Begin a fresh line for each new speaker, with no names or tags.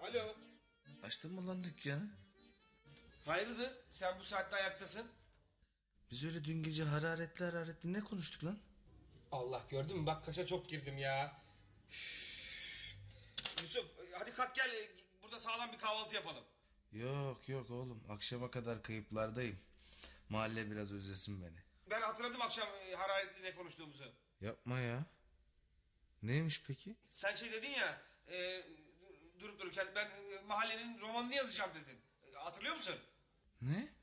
Alo.
Açtın mı lan dükkanı?
Hayırdır? Sen bu saatte ayaktasın.
Biz öyle dün gece hararetli hararetli ne konuştuk lan?
Allah gördün mü? Bak kaşa çok girdim ya. Üf. Yusuf hadi kalk gel. Burada sağlam bir kahvaltı yapalım.
Yok yok oğlum akşama kadar kayıplardayım. Mahalle biraz özlesin beni.
Ben hatırladım akşam e, hararetli ne konuştuğumuzu.
Yapma ya. Neymiş peki?
Sen şey dedin ya e, durup dururken ben e, mahallenin romanını yazacağım dedin. E, Hatırlıyor musun?
Ne?